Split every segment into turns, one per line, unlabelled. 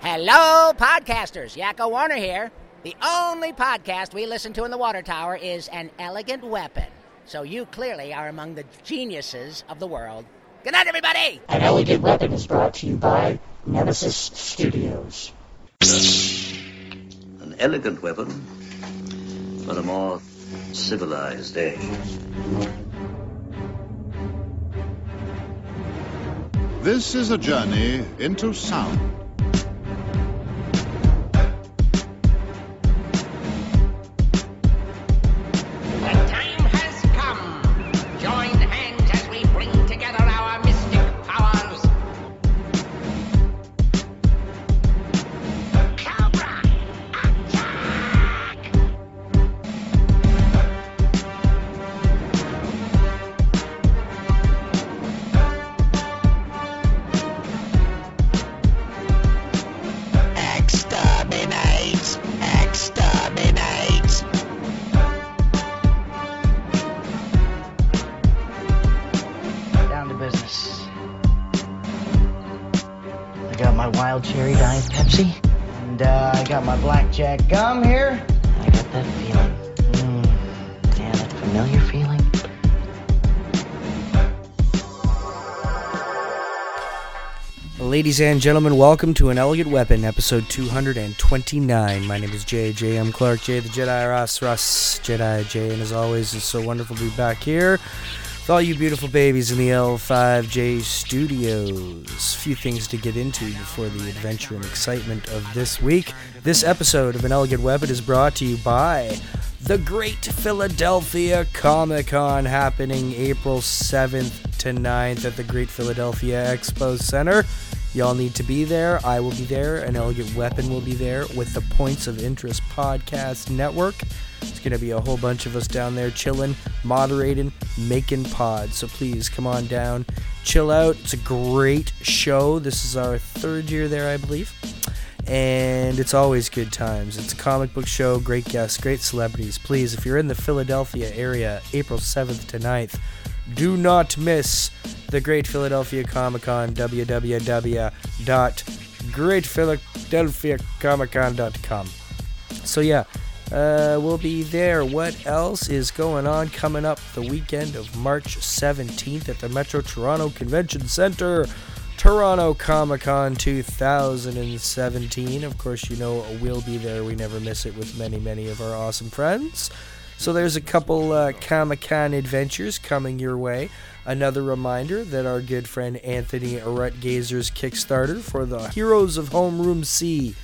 Hello, podcasters. Yakko Warner here. The only podcast we listen to in the water tower is An Elegant Weapon. So you clearly are among the geniuses of the world. Good night, everybody.
An Elegant Weapon is brought to you by Nemesis Studios.
an elegant weapon for a more civilized age.
This is a journey into sound.
The time has come. Join hands as we bring together our mystic powers. Cobra, attack!
Exterminate! Exterminate!
Down to business. I got my wild cherry diet Pepsi, and uh, I got my blackjack gum here. I got that feeling. Mm, yeah, that familiar feeling.
Ladies and gentlemen, welcome to An Elegant Weapon, episode 229. My name is JJ. I'm Clark J, the Jedi Ross Ross Jedi J, and as always, it's so wonderful to be back here with all you beautiful babies in the L5J studios. Few things to get into before the adventure and excitement of this week. This episode of An Elegant Weapon is brought to you by the Great Philadelphia Comic Con happening April 7th to 9th at the Great Philadelphia Expo Center. Y'all need to be there. I will be there. An Elegant Weapon will be there with the Points of Interest Podcast Network. It's going to be a whole bunch of us down there chilling, moderating, making pods. So please come on down, chill out. It's a great show. This is our third year there, I believe and it's always good times. It's a comic book show, great guests, great celebrities. Please, if you're in the Philadelphia area, April 7th to 9th, do not miss the Great Philadelphia Comic Con, www.greatphiladelphiacomiccon.com. So, yeah, uh, we'll be there. What else is going on coming up the weekend of March 17th at the Metro Toronto Convention Center? Toronto Comic Con 2017. Of course, you know we'll be there. We never miss it with many, many of our awesome friends. So there's a couple uh, Comic Con adventures coming your way. Another reminder that our good friend Anthony Rutgazer's Kickstarter for the Heroes of Homeroom C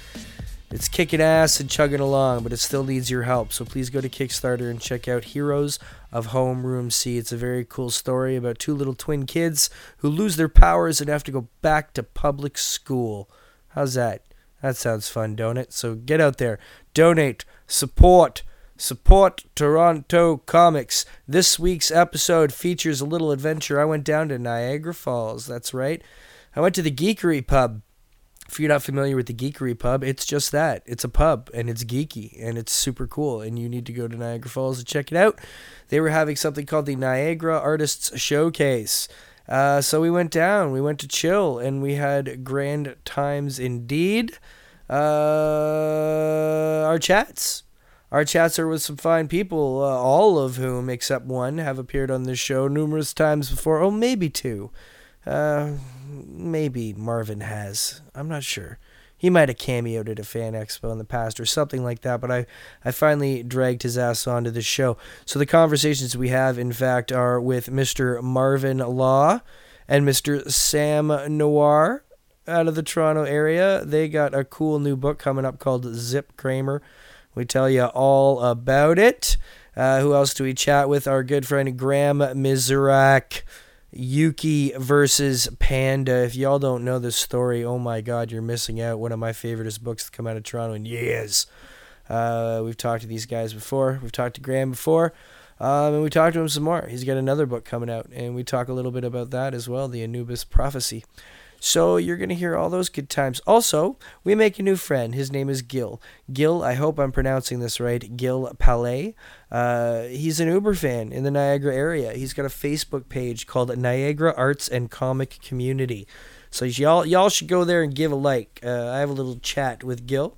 it's kicking ass and chugging along, but it still needs your help. So please go to Kickstarter and check out Heroes of Homeroom C. It's a very cool story about two little twin kids who lose their powers and have to go back to public school. How's that? That sounds fun, don't it? So get out there, donate, support, support Toronto Comics. This week's episode features a little adventure. I went down to Niagara Falls. That's right. I went to the Geekery Pub if you're not familiar with the Geekery Pub, it's just that. It's a pub and it's geeky and it's super cool and you need to go to Niagara Falls to check it out. They were having something called the Niagara Artists Showcase. Uh, so we went down, we went to chill, and we had grand times indeed. Uh, our chats. Our chats are with some fine people, uh, all of whom, except one, have appeared on this show numerous times before. Oh, maybe two. Uh, maybe Marvin has. I'm not sure. He might have cameoed at a fan expo in the past or something like that, but I, I finally dragged his ass onto the show. So the conversations we have, in fact, are with Mr. Marvin Law and Mr. Sam Noir out of the Toronto area. They got a cool new book coming up called Zip Kramer. We tell you all about it. Uh, who else do we chat with? Our good friend Graham Mizurak. Yuki versus Panda. If y'all don't know this story, oh my god, you're missing out. One of my favoriteest books to come out of Toronto in years. Uh, we've talked to these guys before. We've talked to Graham before. Um, and we talked to him some more. He's got another book coming out, and we talk a little bit about that as well, the Anubis Prophecy. So you're going to hear all those good times. Also, we make a new friend. His name is Gil. Gil, I hope I'm pronouncing this right. Gil Palais. Uh, he's an Uber fan in the Niagara area. He's got a Facebook page called Niagara Arts and Comic Community. So y'all y'all should go there and give a like. Uh, I have a little chat with Gil.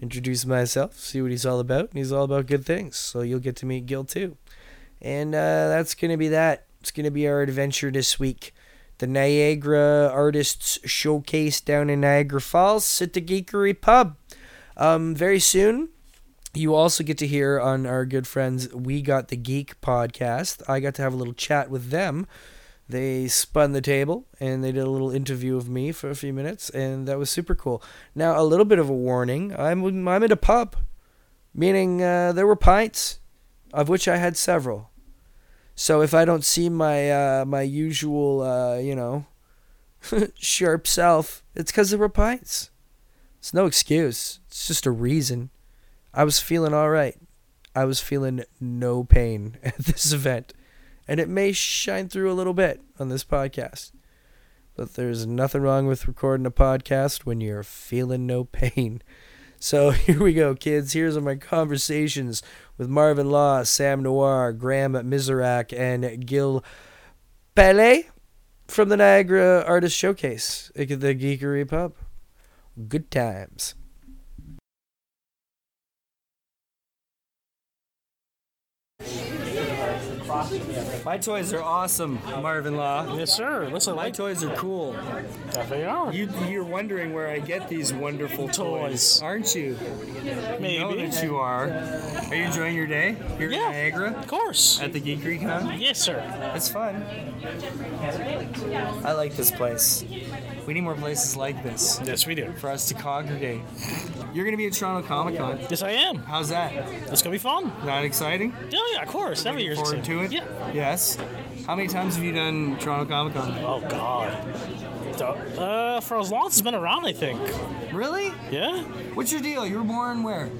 Introduce myself, see what he's all about, and he's all about good things. So you'll get to meet Gil too. And uh, that's gonna be that. It's gonna be our adventure this week. The Niagara Artists Showcase down in Niagara Falls at the Geekery Pub. Um, very soon, you also get to hear on our good friends We Got the Geek podcast. I got to have a little chat with them. They spun the table and they did a little interview of me for a few minutes, and that was super cool. Now, a little bit of a warning I'm, I'm in a pub, meaning uh, there were pints, of which I had several. So if I don't see my uh, my usual, uh, you know, sharp self, it's because there were pints. It's no excuse. It's just a reason. I was feeling all right. I was feeling no pain at this event. And it may shine through a little bit on this podcast. But there's nothing wrong with recording a podcast when you're feeling no pain. So here we go, kids. Here's my conversations with Marvin Law, Sam Noir, Graham Mizrak, and Gil Pele from the Niagara Artist Showcase at the Geekery Pub. Good times. My toys are awesome, Marvin Law.
Yes, sir. Listen,
My
like
toys are cool.
they are.
You, you're wondering where I get these wonderful toys,
Toys.
aren't you?
Maybe.
You know that you are. Are you enjoying your day here
yeah.
in Niagara
Of course.
at the Geekery Con?
Yes, sir.
It's fun. I like this place. We need more places like this
Yes, we do.
for us to congregate. You're going to be at Toronto Comic Con.
Yes, I am.
How's that?
It's gonna be fun.
Not exciting?
Yeah, yeah, of course. Every year's
Forward to
exciting.
it?
Yeah.
Yes. How many times have you done Toronto Comic Con?
Oh God. Uh, for as long as it's been around, I think.
Really?
Yeah.
What's your deal? You were born where?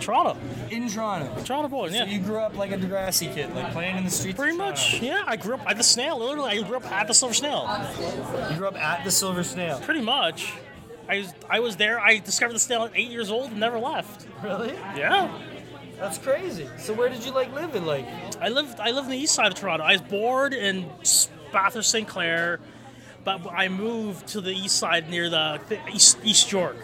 Toronto.
In Toronto.
Toronto born.
So
Yeah.
you grew up like a Degrassi kid, like playing in the streets.
Pretty
of
much.
Toronto.
Yeah. I grew up at the snail. Literally, I grew up at the Silver Snail.
You grew up at the Silver Snail.
Pretty much. I was, I was there. I discovered the snail at eight years old and never left.
Really?
Yeah.
That's crazy. So where did you like live in like?
I lived I lived in the east side of Toronto. I was born in Bathurst St Clair, but I moved to the east side near the the East East York.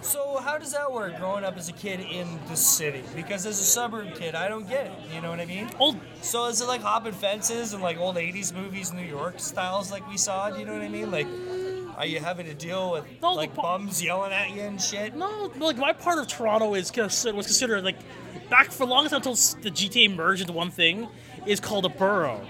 So how does that work? Growing up as a kid in the city, because as a suburb kid, I don't get it. You know what I mean?
Old
So is it like hopping fences and like old '80s movies, New York styles, like we saw? Do you know what I mean? Like, are you having to deal with
No, the
like
pro-
bums yelling at you and shit?
no, like my part of Toronto is considered, was considered like back for a long time until s- the GTA merged into one thing is called a borough.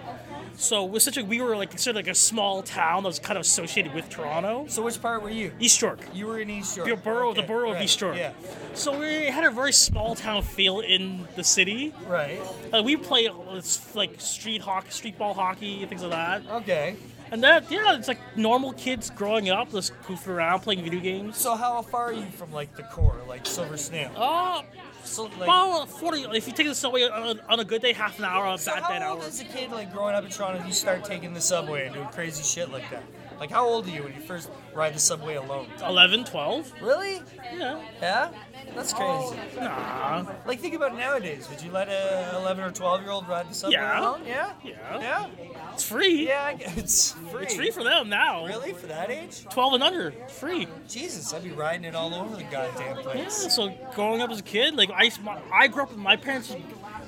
So it was such a we were like considered like a small town that was kind of associated with Toronto.
So which part were you?
East York.
You were in East York.
The borough, the
Okay,
borough
right,
of East York.
Yeah,
So we had a very small town feel in the city.
right.
Like we play it's like street hockey, street ball hockey, things like that.
Okay.
And that, yeah, it's like normal kids growing up, just goofing around, playing video games.
So how far are you from like the core, like Silver Snail?
Uh,
So, like,
about 40, if you take the subway on a, on a good day, half an hour, on a
so
bad day, an
how
hour.
old as a kid, like growing up in Toronto, you start taking the subway and doing crazy shit like that? Like how old are you when you first ride the subway alone?
11, 12?
Really?
Yeah.
Yeah? That's crazy.
Nah.
Like think about nowadays. Would you let a 11 or 12 year old ride the subway
Yeah.
alone? Yeah.
Yeah.
Yeah.
It's free.
Yeah. I guess It's free.
It's free for them now.
Really? For that age?
12 and under, free.
Jesus, I'd be riding it all over the goddamn
Yeah,
place.
so growing up as a kid, like I, used- my- I grew up with my parents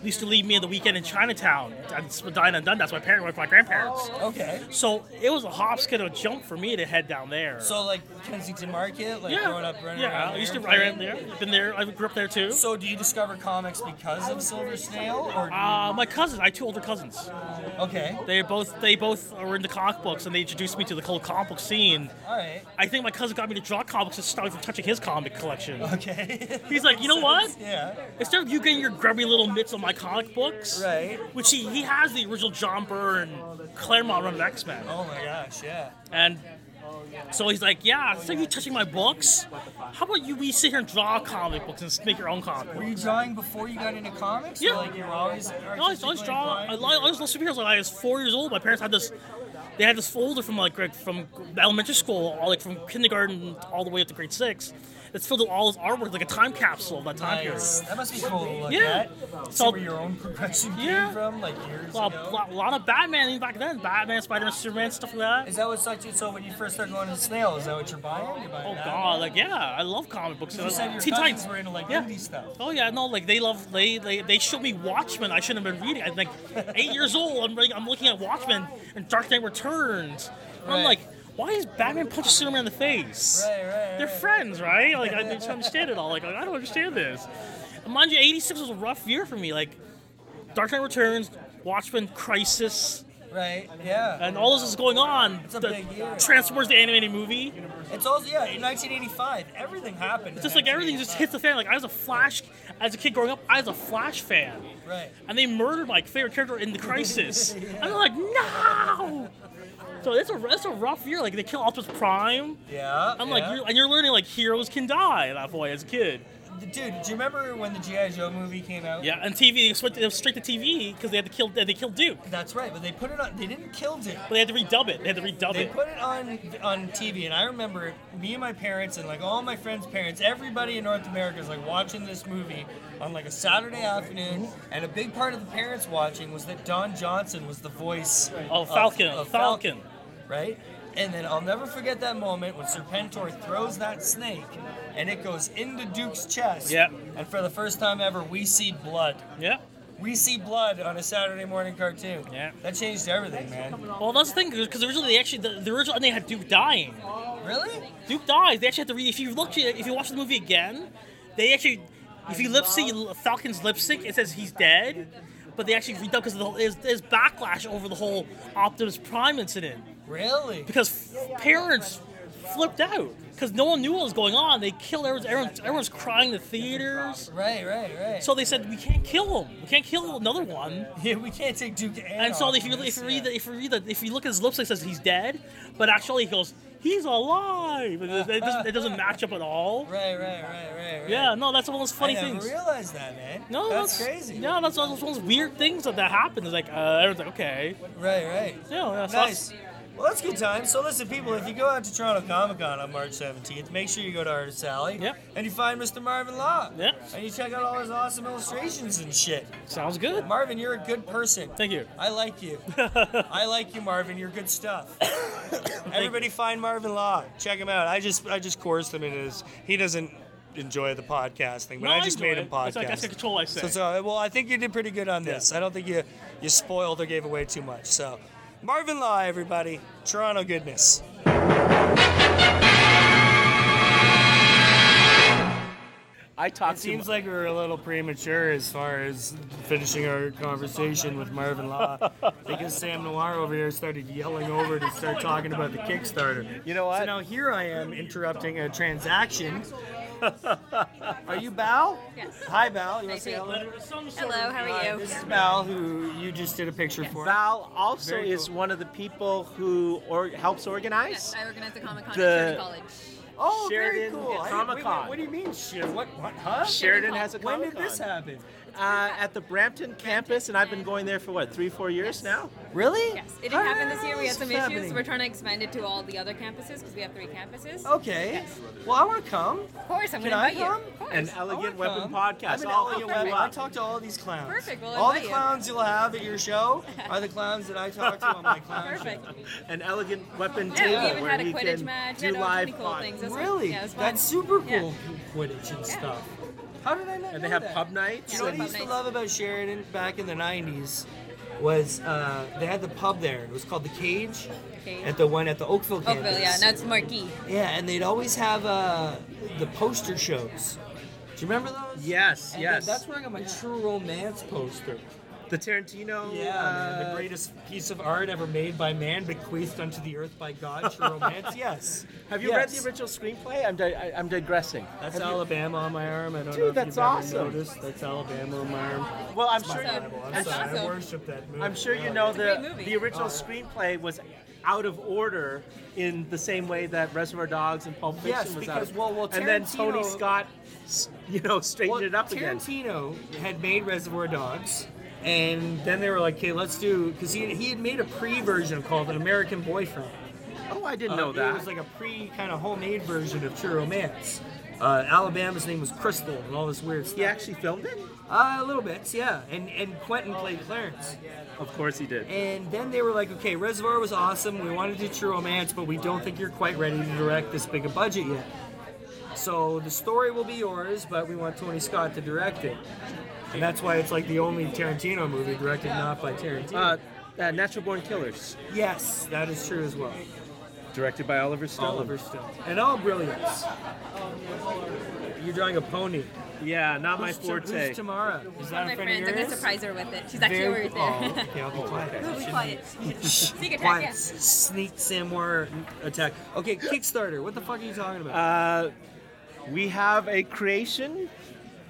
used to leave me on the weekend in Chinatown at Spadina and Dundas. My parents went with my grandparents.
Okay.
So it was a hop, skip, and a jump for me to head down there.
So like Kensington Market, like
yeah,
growing up running
yeah.
around
I used to
there
I ran
playing?
there. Been there. I grew up there too.
So do you discover comics because of Silver Snail or
Uh, my cousins. I have two older cousins.
okay?
They both they both were into comic books, and they introduced me to the whole comic book scene.
All right.
I think my cousin got me to draw comics and started from touching his comic collection.
Okay.
He's like, you know what?
yeah.
Instead of you getting your grubby little mitts on my comic books,
Right.
Which he, he has the original John Byrne Claremont run of X Men.
Oh my gosh. Yeah.
And so he's like, yeah, instead of you touching my books, how about you we sit here and draw comic books and make your own comic
Were
book?
you drawing before you got into comics?
Yeah.
Or, like you were always.
I always, I always
artistically
draw. I
inclined?
always love superheroes. When I was four years old, my parents had this. They had this folder from like right from elementary school, all like from kindergarten all the way up to grade six. That's filled with all his artwork, like a time capsule of that time
Nice. That must be cool. to Look
Yeah.
At.
It's
See
all-
where your own progression
Yeah.
came from, like years
period. Well,
ago.
a lot, lot of Batman even back then. Batman, Spider-Man, Superman, stuff like that.
Is that what sucked you? So when you first started going to the snail, is that what you're buying? You're buying
Oh
that?
god, like yeah, I love comic books.
You said your
Teen
cousins
Titans.
were into like
Yeah.
indie stuff.
Oh yeah, no, like they love they they, they showed me Watchmen. I shouldn't have been reading. I'm like eight years old. I'm reading, I'm looking at Watchmen and Dark Knight Returns. And I'm
Right.
like, why is Batman punching Superman in the face?
Right, right,
They're
right.
friends, right? Like I just don't understand it all. Like, I don't understand this. And mind you, '86 was a rough year for me. Like Dark Knight Returns, Watchmen, Crisis,
Right? Yeah.
and all this is going on.
It's a
The
big year.
Transformers, the animated movie.
It's also yeah. In 1985, everything happened.
It's just like everything just hits the fan. Like I was a Flash, as a kid growing up, I was a Flash fan,
Right.
and they murdered my favorite character in the Crisis. I'm like, no. So it's a that's a rough year. Like they kill Optimus Prime.
Yeah.
I'm like,
yeah.
you're, and you're learning like heroes can die at that point as a kid.
dude. Do you remember when the GI Joe movie came out?
Yeah, and TV they just went, they went straight to TV because they had to kill they killed Duke,
That's right. But they put it on. They didn't kill Duke.
but they had to redub it. They had to redub
They
it.
put it on on TV, and I remember it, me and my parents and like all my friends' parents, everybody in North America is like watching this movie on like a Saturday afternoon, and a big part of the parents watching was that Don Johnson was the voice
Oh, Falcon,
Fal-
Falcon.
right? And then I'll never forget that moment when Serpentor throws that snake, and it goes into Duke's chest.
Yep.
And for the first time ever, we see blood.
Yeah.
We see blood on a Saturday morning cartoon.
Yeah.
That changed everything, man.
Well, that's the thing because originally they actually the, the original and they had Duke dying.
Really?
Duke dies. They actually had to read. If you look, if you watch the movie again, they actually, if you lip sync Falcon's lipstick, it says he's dead. But they actually redone because of the whole, there's, there's backlash over the whole Optimus Prime incident
Really?
because f- parents flipped out because no one knew what was going on. They killed everyone. Everyone's, everyone's crying in the theaters.
Right, right, right.
So they said we can't kill him. We can't kill another one.
Yeah, we can't take Duke and.
And so
off
if you
of
if
this,
you read
yeah.
the, if you read the, if you look at his lipstick, it says he's dead, but actually he goes he's alive. It, it doesn't, it doesn't match up at all.
Right, right, right, right, right.
Yeah, no, that's one of those funny
I
things.
never realized that, man.
no,
that's, crazy.
Yeah, that's one of those weird things that, that happened. It's like uh, everyone's like, okay,
Right, right.
yeah, yeah, so
Nice.
that's-
Well, that's good time. So listen, people, if you go out to Toronto Comic Con on March 17th, make sure you go to Artist Alley
Yep.
and you find Mr. Marvin Law.
Yep.
And you check out all his awesome illustrations and shit.
sounds good.
Marvin, you're a good person.
Thank you.
I like you. I like you, Marvin. You're good stuff. Everybody find Marvin Law. Check him out. I just I just coerced him into this. He doesn't enjoy the podcast thing, but
No,
I
I
just
enjoy
made
it.
him podcast.
It's like, that's the control I say.
So, so- well, I think you did pretty good on this. I don't think you you spoiled or gave away too much. So, Marvin Law, everybody, Toronto goodness.
I talk too much.
Seems like we're a little premature as far as finishing our conversation with Marvin Law because Sam Noir over here started yelling over to start talking about the Kickstarter.
You know what?
So now here I am interrupting a transaction. Are you Bal?
Yes.
Hi, Bal. You want to say hello?
Hello, how
Uh,
Hi,
are you?
This is Bal, who you just did a picture for.
Val also
Very
is
cool.
one of the people who or helps organize.
Yes, I organized a Comic Con
The-
at Sheridan College.
Oh, very
Sheridan
cool. I-
Comic
wait,
Con.
wait, What do you mean? Sher- What? What? Huh?
Sheridan has a
When
comic
did this happen?
Uh, at the Brampton campus, and I've been going there for what three, four years now.
Really?
Yes, it didn't happen this year. We had
How's
some
this
issues.
happening?
We're trying to expand it to all the other campuses because we have three campuses.
Oh,
Okay. Well, I want to come.
Of course, I'm
Can
going to
I
invite you.
come?
Of course.
An
I wanna
elegant weapon
come.
podcast.
I'm an
I'll
elegant
hook you
weapon.
up.
I oh, talk to all these clowns.
Perfect, we'll
all the
invite you.
clowns will will have at your show are the clowns that I talk to on my clown
Perfect.
show.
An elegant weapon
Yeah,
table
we even
where
had a
we
Quidditch
can
match.
do
Yeah, no,
live
it's cool
pod-
things. That's
Really?
Yeah, it was fun.
That's super cool.
Yeah.
Quidditch and
Yeah.
stuff. How did I
And
not know
they have
that?
pub nights.
You know what I
Yeah.
and-
used to
Nice.
love about Sheridan back in the 90s was uh, they had the pub there. It was called The Cage
Cage.
at the one at the Oakville campus.
Oakville, Oh, yeah. Now it's Marquee.
Yeah, and they'd always have uh, the poster shows. Do you remember those?
yes,
And
yes.
That's where I got my True Romance poster.
the Tarantino.
Yeah, man,
uh,
the greatest piece of art ever made by man, bequeathed unto the earth by God. True Romance. Yes.
Have you
Yes.
read the original screenplay? I'm, di- I- I'm digressing.
That's Alabama on my arm. I don't
Dude,
know if
that's
you've ever
awesome.
noticed. That's Alabama on my arm.
Well, I'm sure.
my
You,
Bible.
I'm
That's
sorry. I
awesome.
worship that movie. Uh,
I'm sure you
Really.
know
great
the
movie.
the original screenplay was out of order in the same way that Reservoir Dogs and Pulp Fiction
Yes,
was out.
because,
of-
well, well,
and then Tony
Tarantino-
Scott, s- you know, straightened
Well,
it up again.
Tarantino had made Reservoir Dogs, And then they were like, okay, let's do, because he, he had made a pre version called An American Boyfriend.
Oh, I didn't
Uh,
know that.
It was like a pre kind of homemade version of True Romance. Uh, Alabama's name was Crystal and all this weird stuff. He
actually filmed it?
Uh, a little bit, yeah. And, and Quentin played Clarence.
Of course he did.
And then they were like, okay, Reservoir was awesome. We want to do True Romance, but we don't think you're quite ready to direct this big a budget yet. So the story will be yours, but we want Tony Scott to direct it. And that's why it's like the only Tarantino movie directed not by Tarantino.
Uh, uh, Natural Born Killers.
Yes, that is true as well.
Directed by Oliver Stone.
Oliver Stone. And all brilliance. You're drawing a pony.
Yeah, not
Who's
my
T-
forte.
who's Tamara? Is
One
that
of
a
my
friend
friends.
of
I'm gonna
yours?
surprise her with it. She's actually
Very-
over there.
Oh, okay, I'll be quiet.
We'll be quiet. Sneak attack,
Quiet.
yeah.
Sneak Samwar attack. Okay, Kickstarter. What the fuck are you talking about?
Uh, we have a creation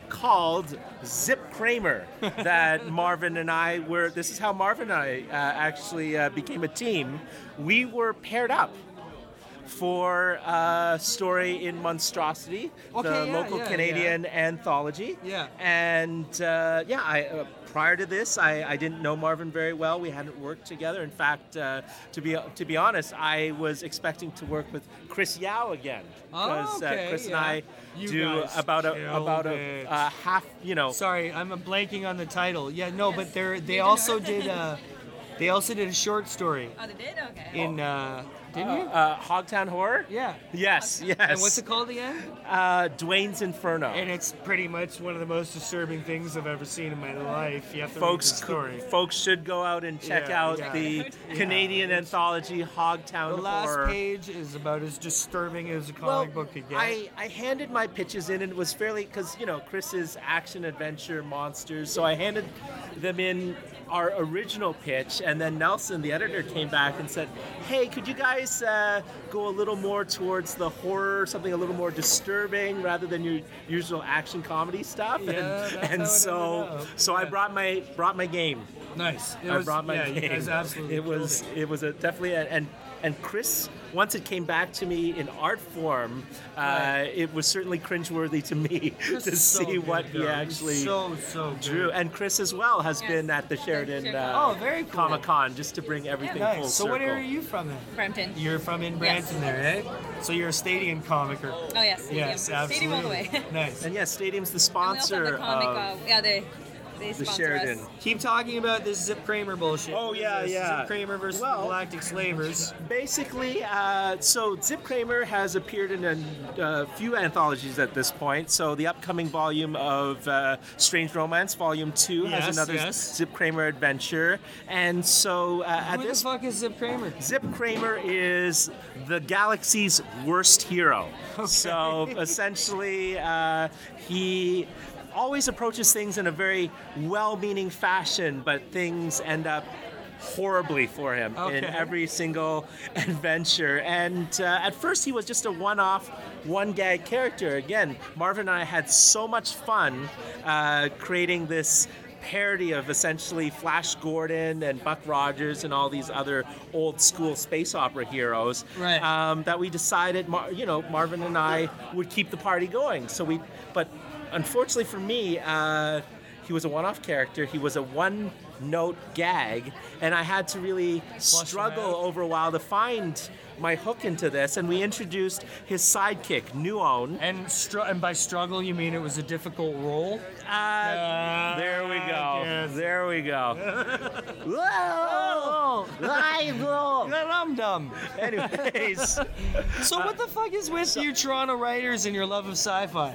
called Zip Kramer that Marvin and I were. This is how Marvin and I uh, actually uh, became a team. We were paired up for a story in Monstrosity, the
Okay, yeah,
local
yeah,
Canadian anthology.
Yeah.
And uh, yeah, I, uh, prior to this, I, I didn't know Marvin very well. We hadn't worked together. In fact, uh, to be to be honest, I was expecting to work with Chris Yao again because uh,
Oh, Okay,
Chris
yeah.
and I
You
do
guys
about a
killed
about a
it.
uh, half. You know,
Sorry, I'm uh, blanking on the title. Yeah, no, but they're they also did uh, they also did a short story
Oh, they did? Okay.
in uh, didn't you?
uh, Hogtown Horror.
Yeah.
Yes, yes.
And what's it called again?
Uh, Dwayne's Inferno.
And it's pretty much one of the most disturbing things I've ever seen in my life. You have to
folks,
read the
cou-
story.
folks should go out and check
Yeah,
out
yeah.
the
Yeah.
Canadian anthology Hogtown
The last
Horror.
page is about as disturbing as a comic book could get.
I, I handed my pitches in and it was fairly because you know Chris is action adventure monsters, so I handed them in our original pitch, and then Nelson, the editor, came back and said, "Hey, could you guys uh, go a little more towards the horror, something a little more disturbing, rather than your usual action comedy stuff?"
Yeah,
and
that's how it
and
ended
so
up.
so I brought my brought my game.
Nice. It
I
was-
brought my
yeah, you
game.
guys absolutely
it was it was a, definitely a, and and Chris once it came back to me in art form, uh, it was certainly cringeworthy to me
Chris
to
is so
see
good,
what he
though. He's
actually
so, so good.
drew. And Chris as well has
Yes.
been at the
Yes,
Sheridan
Sheridan.
uh,
Oh, very cool.
Comic Con just to bring everything full
nice. So
circle.
what area are you from then?
Brampton.
You're from in Branson there, eh? So you're a stadium comicer.
Oh, yes. Stadium.
Yes,
Stadium
absolutely.
all the way.
nice.
And yeah, Stadium's the
And we also have the
sponsor
comic,
of
uh, yeah, they, they
the
sponsor
Sheridan.
us.
Keep talking about this Zip Kramer bullshit.
Oh,
What is
yeah,
this?
yeah.
Zip Kramer versus
Well-
Galactic Slavers.
basically, uh, so Zip Kramer has appeared in a uh, few anthologies at this point. So the upcoming volume of uh, Strange Romance, Volume Two,
Yes,
has another
yes.
Zip Kramer adventure. And so uh, at
Who
this
the fuck is Zip Kramer?
Zip Kramer is the galaxy's worst hero. So essentially, uh, he always approaches things in a very well meaning fashion, but things end up horribly for him in
Okay.
every single adventure. And uh, at first, he was just a one off, one gag character. Again, Marvin and I had so much fun uh, creating this parody of essentially Flash Gordon and Buck Rogers and all these other old school space opera heroes.
Right.
Um, that we decided, Mar- you know, Marvin and I would keep the party going. So we, but unfortunately for me, uh, he was a one-off character. He was a one-note gag, and I had to really
him
struggle
out.
over a while to find my hook into this. And we introduced his sidekick, Nuon.
And str- and by struggle you mean it was a difficult role?
Uh, there we go.
yes.
There we go. Whoa!
Oh,
I will.
I'm dumb.
Anyways,
So what the fuck is with you Toronto writers and your love of sci-fi?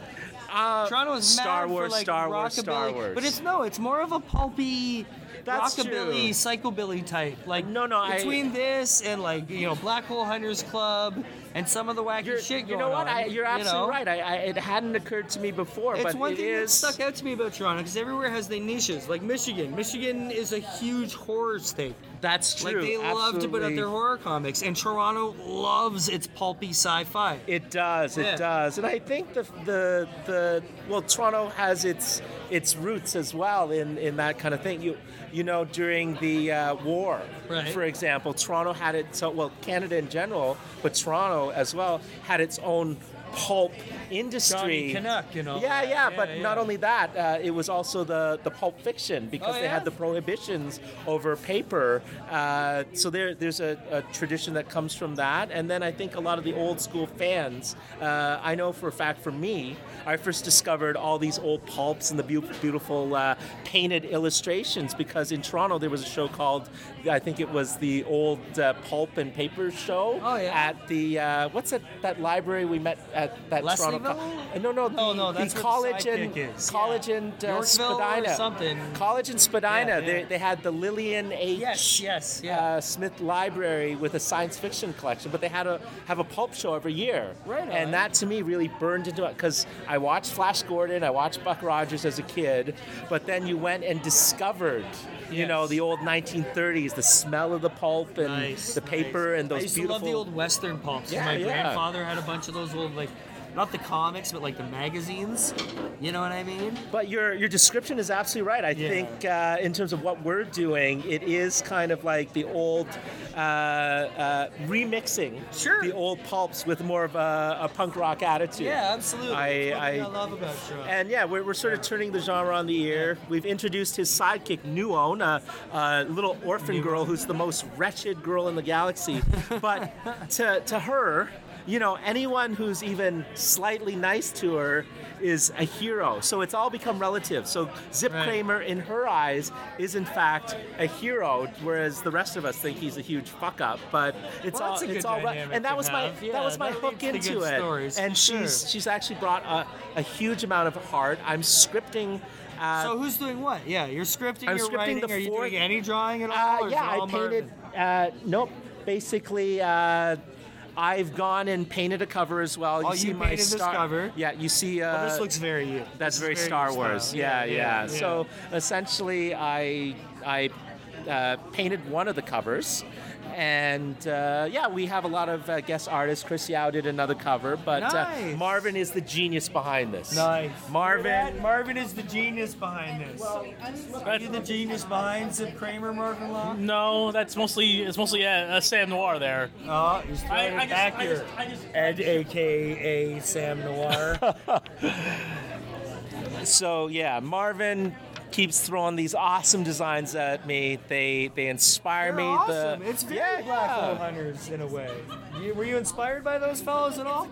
uh,
Toronto is
Star
mad
Wars,
for like
Star
rockabilly,
Wars, Star Wars.
but it's no, it's more of a pulpy,
That's
rockabilly,
true.
psychobilly type. Like
No, no, I-
between this and like you know Black Hole Hunters Club and some of the wacky
You're,
shit going
you know
on,
what? I, you're
you know?
absolutely right. I, I, it hadn't occurred to me before,
It's
but
one
it
thing
is.
that stuck out to me about Toronto because everywhere has their niches. Like Michigan, Michigan is a huge horror state.
That's true.
Like they love to put out
absolutely.
their horror comics, and Toronto loves its pulpy sci-fi.
It does.
Yeah.
It does. And I think the the the well, Toronto has its its roots as well in in that kind of thing. You you know during the uh, war,
Right.
for example, Toronto had it so well Canada in general, but Toronto as well had its own pulp industry.
Johnny Canuck, you know.
Yeah,
Yeah,
yeah, but
yeah.
not only that, uh, it was also the, the Pulp Fiction because
Oh,
they
yeah.
had the prohibitions over paper. Uh, so there, there's a, a tradition that comes from that. And then I think a lot of the old school fans, uh, I know for a fact for me, I first discovered all these old pulps and the beau- beautiful uh, painted illustrations because in Toronto there was a show called, I think it was the old uh, pulp and paper show
Oh, yeah.
at the, uh, what's that, that library we met at that Toronto. co-
Leslieville?
Uh, no, no, the,
Oh, no, that's
the
what
college
the
and
sidekick is.
college and uh,
Yorkville or
Spadina.
something.
College and Spadina.
Yeah, yeah.
They, they had the Lillian H.
Yes, yes,
Uh, Smith Library with a science fiction collection, but they had a have a pulp show every year.
Right on.
And that to me really burned into it because I watched Flash Gordon, I watched Buck Rogers as a kid, but then you went and discovered. You know the old 1930s, the smell of the pulp and the paper and those
I used
beautiful.
to love the old Western pulps.
Yeah,
my
yeah.
grandfather had a bunch of those old, like, not the comics, but like the magazines. You know what I mean?
But your your description is absolutely right. I
Yeah.
think uh, in terms of what we're doing, it is kind of like the old uh, uh, remixing
Sure.
the old pulps with more of a, a punk rock attitude.
Yeah, absolutely.
I,
That's one thing I
I
love about Shrek.
Uh, and yeah, we're, we're sort of turning the genre on the ear. We've introduced his sidekick, Nuon, a, a little orphan girl who's the most wretched girl in the galaxy. But to, to her, you know, anyone who's even slightly nice to her is a hero. So it's all become relative. So Zip
Right.
Kramer, in her eyes, is in fact a hero, whereas the rest of us think he's a huge fuck up. But it's
Well,
all
that's a
it's
good
all re-
dynamic
And that
to
was my
have. Yeah,
that was my
that
hook
leads to
into
good
it.
stories,
and
for
she's
sure.
she's actually brought a, a huge amount of heart. I'm scripting. Uh,
so who's doing what? Yeah, you're scripting,
I'm
you're
scripting
writing.
the
Are you
fourth-
doing any drawing at all?
uh,
or is it
yeah, I
all
painted.
Marvin?
Uh, nope. Basically, uh, I've gone and painted a cover as well.
Oh,
see
you
my
painted this
star-
cover?
Yeah, you see. Uh,
Well, Oh, this looks very you. This
that's
is
very,
your
Star
style.
Wars. Yeah yeah,
yeah.
So essentially, I I uh, painted one of the covers, and uh, yeah, we have a lot of uh, guest artists. Chris Yao did another cover, but
Nice.
uh, Marvin is the genius behind this.
Nice.
Marvin.
Hear that? Marvin is the genius behind this. Are you the genius behind Zip Kramer, Marvin Locke?
No, that's mostly it's mostly uh, uh, Sam Noir there.
Oh, he's throwing
I- I
it
just-
back
I
here.
just- I just-
Ed, aka Sam Noir.
So yeah, Marvin keeps throwing these awesome designs at me. They they inspire
They're
me.
awesome.
The
It's very
yeah,
Black
yeah.
Hole Hunters in a way. You- were you inspired by those fellows at all?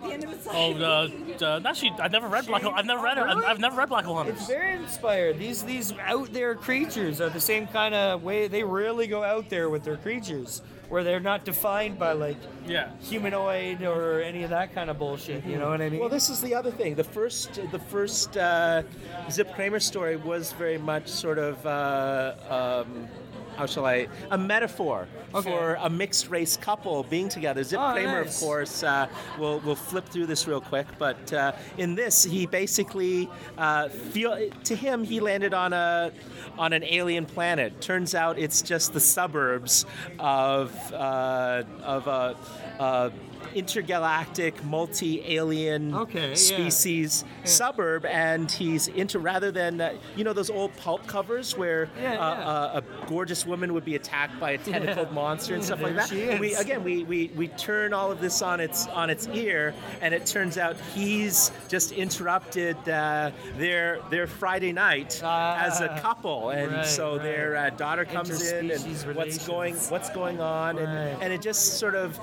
Oh, uh, uh, actually, I've never read Black Hole. I've never read it. I've, I've never read Black Hole Hunters.
It's very inspired. These these out there creatures are the same kind of way. They really go out there with their creatures, where they're not defined by like
Yeah.
humanoid or any of that kind of bullshit. You know what I mean?
Well, this is the other thing. The first, the first uh, Zip Kramer story was very much sort of uh, um, how shall I? A metaphor
Okay.
for a mixed race couple being together. Zip
Oh,
Kramer,
nice.
of course. Uh, we'll we'll flip through this real quick, but uh, in this, he basically uh, feel to him he landed on a on an alien planet. Turns out it's just the suburbs of uh, of a. Uh, intergalactic multi-alien
Okay, yeah.
species suburb and he's into rather than uh, you know those old pulp covers where
Yeah,
uh,
yeah.
Uh, a gorgeous woman would be attacked by a tentacled monster and stuff like
There
that
she is.
we again we, we we turn all of this on its on its ear and it turns out he's just interrupted uh, their their Friday night
Ah,
as a couple and
right,
so
right.
their uh, daughter comes in and
Interspecies
what's going
relations.
what's going on
Right.
and, and it just sort of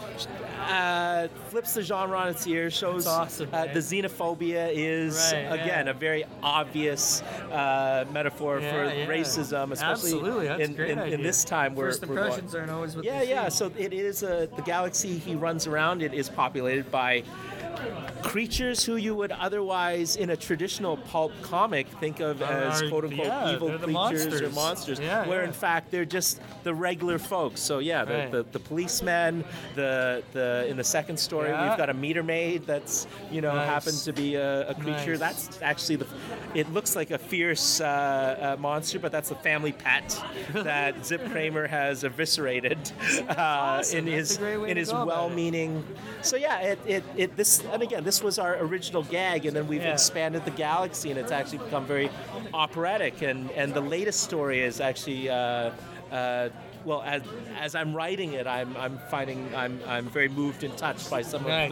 uh, flips the genre on its ear shows
That's awesome,
uh,
man.
the xenophobia is
Right, yeah.
again a very obvious uh, metaphor
Yeah,
for
yeah.
racism especially
Absolutely, that's a
in,
great
in, in
idea.
this time where
First
we're going-
impressions aren't always what
yeah,
they
yeah.
seem.
So it is a the galaxy he runs around. It is populated by creatures who you would otherwise, in a traditional pulp comic, think of as
are-
quote unquote
yeah,
evil
they're the
creatures or
monsters.
monsters,
Yeah,
where
yeah.
in fact they're just the regular folks. So yeah, the,
Right.
the, the policeman, the the in the second story
Yeah.
we've got a meter maid that's you know
Nice.
happened to be a, a creature.
Nice.
That's actually the it looks like a pierce uh, uh, monster, but that's the family pet that Zip Kramer has eviscerated uh, in
That's
his
a great way
in
to
his
go about it.
well-meaning. So yeah, it, it, it this and again this was our original gag, and then we've
Yeah.
expanded the galaxy, and it's actually become very operatic. And and the latest story is actually. Uh, uh, well as as I'm writing it, I'm I'm finding I'm I'm very moved and touched by some
Nice.
of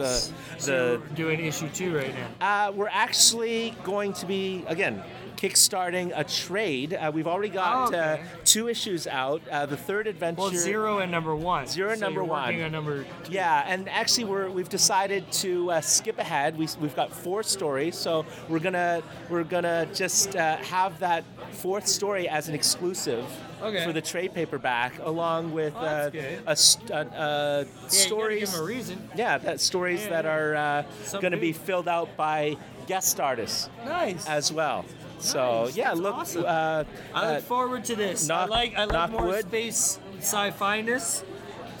the
So
the
we're doing issue two right now.
uh, we're actually going to be again kickstarting a trade. Uh, we've already got
Oh, okay.
uh, two issues out. Uh, the third adventure.
Well, zero and number one.
Zero and
So
number
you're
one.
working on number
Yeah, and actually we're we've decided to uh, skip ahead. We, we've got four stories, so we're gonna we're gonna just uh, have that fourth story as an exclusive
Okay.
for the trade paperback, along with
Oh, that's
uh,
good.
a st- uh, uh, stories.
a reason.
Yeah, that stories
Yeah,
that
yeah.
are uh,
Some
going to be
big-
filled out by guest artists
Nice.
as well. So
Nice,
yeah,
that's
look.
awesome.
Uh,
I
uh,
look forward to this.
knock-
I like I like
knock
more
wood.
space sci-fi-ness.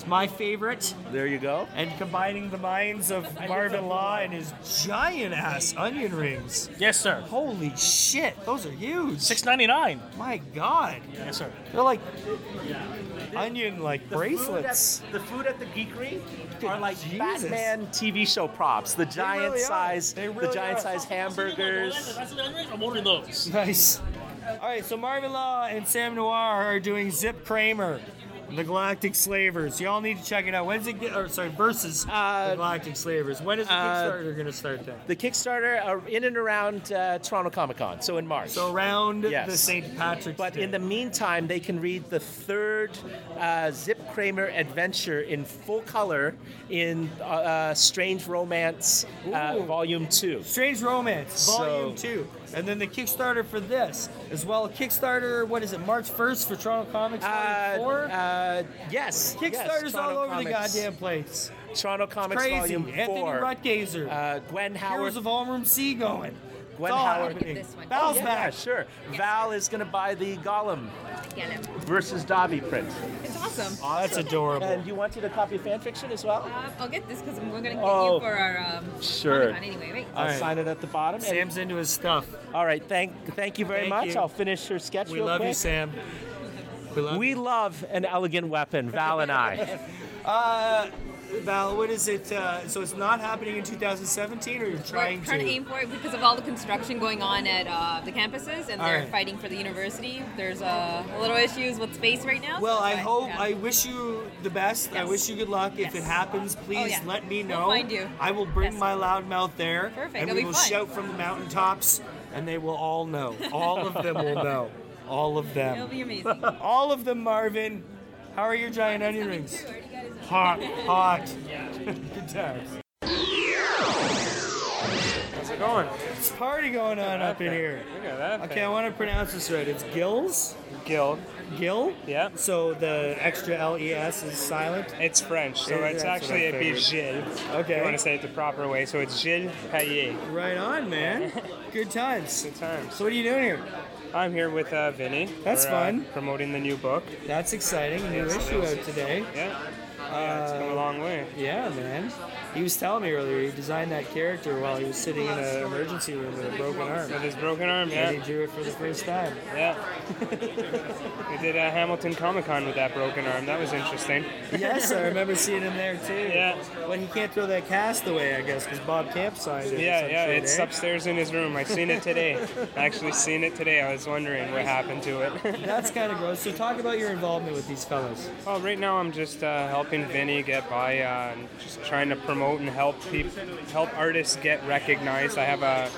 It's my favorite.
there you go.
And combining the minds of Marvin Law and his giant ass onion rings.
Yes, sir.
Holy shit, those are huge.
Six ninety nine.
My god.
Yes, sir.
They're like onion like
food at-
bracelets.
the food at the geekery are like
Jesus.
Batman TV show props. The giant
really are.
size,
They
the
really
giant
are.
size hamburgers.
I'm ordering those.
Nice. All right, so Marvin Law and Sam Noir are doing Zip Kramer, The Galactic Slavers. Y'all need to check it out. When's it get? Or sorry, versus
Uh,
The Galactic Slavers. When is the
uh,
Kickstarter gonna start then?
The Kickstarter are in and around uh, Toronto Comic Con, so in March.
So around the
Yes.
St. Patrick's.
but
Day.
in the meantime, they can read the third uh, Zip Kramer adventure in full color in uh, uh, Strange Romance uh,
Ooh.
Volume 2.
Strange Romance, Volume
So-
2. And then the Kickstarter for this as well. Kickstarter, what is it, March 1st for Toronto Comics?
Uh,
Volume 4?
uh, yes.
Kickstarter's
yes,
all
Toronto
over the
Comics.
goddamn place.
Toronto Comics
Crazy.
Volume 4.
Anthony Rutgazer.
uh, Gwen Howard.
Heroes of All Room C going.
Gwen
it's all
Howard.
happening.
This one.
Val's
yeah,
back.
sure. Val is going to buy the Gollum
Yellow.
versus Dobby print.
It's awesome.
Oh, that's adorable.
And you wanted a copy of fan fiction as well?
Um, I'll get this because I'm going to get
Oh,
you for our um,
sure.
Comic-Con anyway, right?
I'll
right.
sign it at the bottom. And,
Sam's into his stuff.
all right, thank thank you very
Thank
much.
you.
I'll finish her sketch
We
real
love
quick.
you, Sam. We love
We love an elegant weapon, Val and I.
Uh, Val, what is it? Uh, so it's not happening in 2017, or you're trying
We're trying to. aim for it because of all the construction going on at uh, the campuses, and
All
they're
right.
fighting for the university. There's uh, a little issues with space right now.
Well,
so,
I
but,
hope,
yeah.
I wish you the best. I
Yes.
wish you good luck. If it
Yes. Oh,
happens, please
yeah.
let me
We'll
know.
find you.
I will bring
Yes.
my loud mouth there.
Perfect,
And
that'll
we
be
will
fun.
shout from the mountaintops, and they will all know. All of them will know. All of
It'll
them.
be amazing.
All of them, Marvin. How are your giant onion rings? Hot, hot. Good times. How's it going? It's party going on up in here. Look at that. Okay, I want to pronounce this right. It's Gills. Gill. Gill.
Yeah.
So the extra L E S is silent.
It's French, so
Yeah,
it's
that's what
actually it'd
I
be Gilles.
Okay.
If you want to say it the proper way, so it's Gilles Payet.
Right on, man. Good times.
Good times.
So what are you doing here?
I'm here with uh, Vinny.
That's
We're, uh,
fun.
promoting the new book.
That's exciting. New issue out today.
Yeah. yeah it's
Uh,
come a long way.
Yeah, man. He was telling me earlier he designed that character while he was sitting in an emergency room with a broken arm.
With his broken arm,
And he
yeah.
drew it for the first time.
Yeah. we did a Hamilton Comic Con with that broken arm. That was interesting.
Yes, I remember seeing him there too.
Yeah.
But he can't throw that cast away, I guess, because Bob Camp signed it. or
Yeah,
some
yeah,
shit,
it's
eh?
upstairs in his room. I've seen it today. I actually seen it today. I was wondering what happened to it.
That's kind of gross. So talk about your involvement with these fellas.
Well, right now I'm just uh, helping Vinny get by uh, and just trying to promote and help people, help artists get recognized. I have a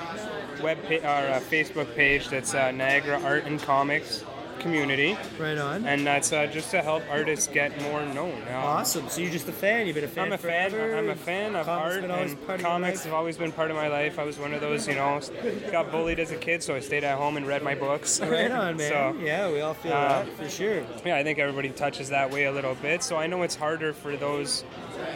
web pa- or a Facebook page that's uh, Niagara Art and Comics Community,
Right on.
and that's uh, just to help artists get more known. Uh,
awesome. So you're just a fan. You've been a fan
I'm a fan.
forever.
I'm a fan of
Comics
art
been always part
and
of your
comics
life?
have always been part of my life. I was one of those, you know, got bullied as a kid, so I stayed at home and read my books.
Right on, man.
So-
yeah, we all feel
uh,
that for sure.
yeah, I think everybody touches that way a little bit. So I know it's harder for those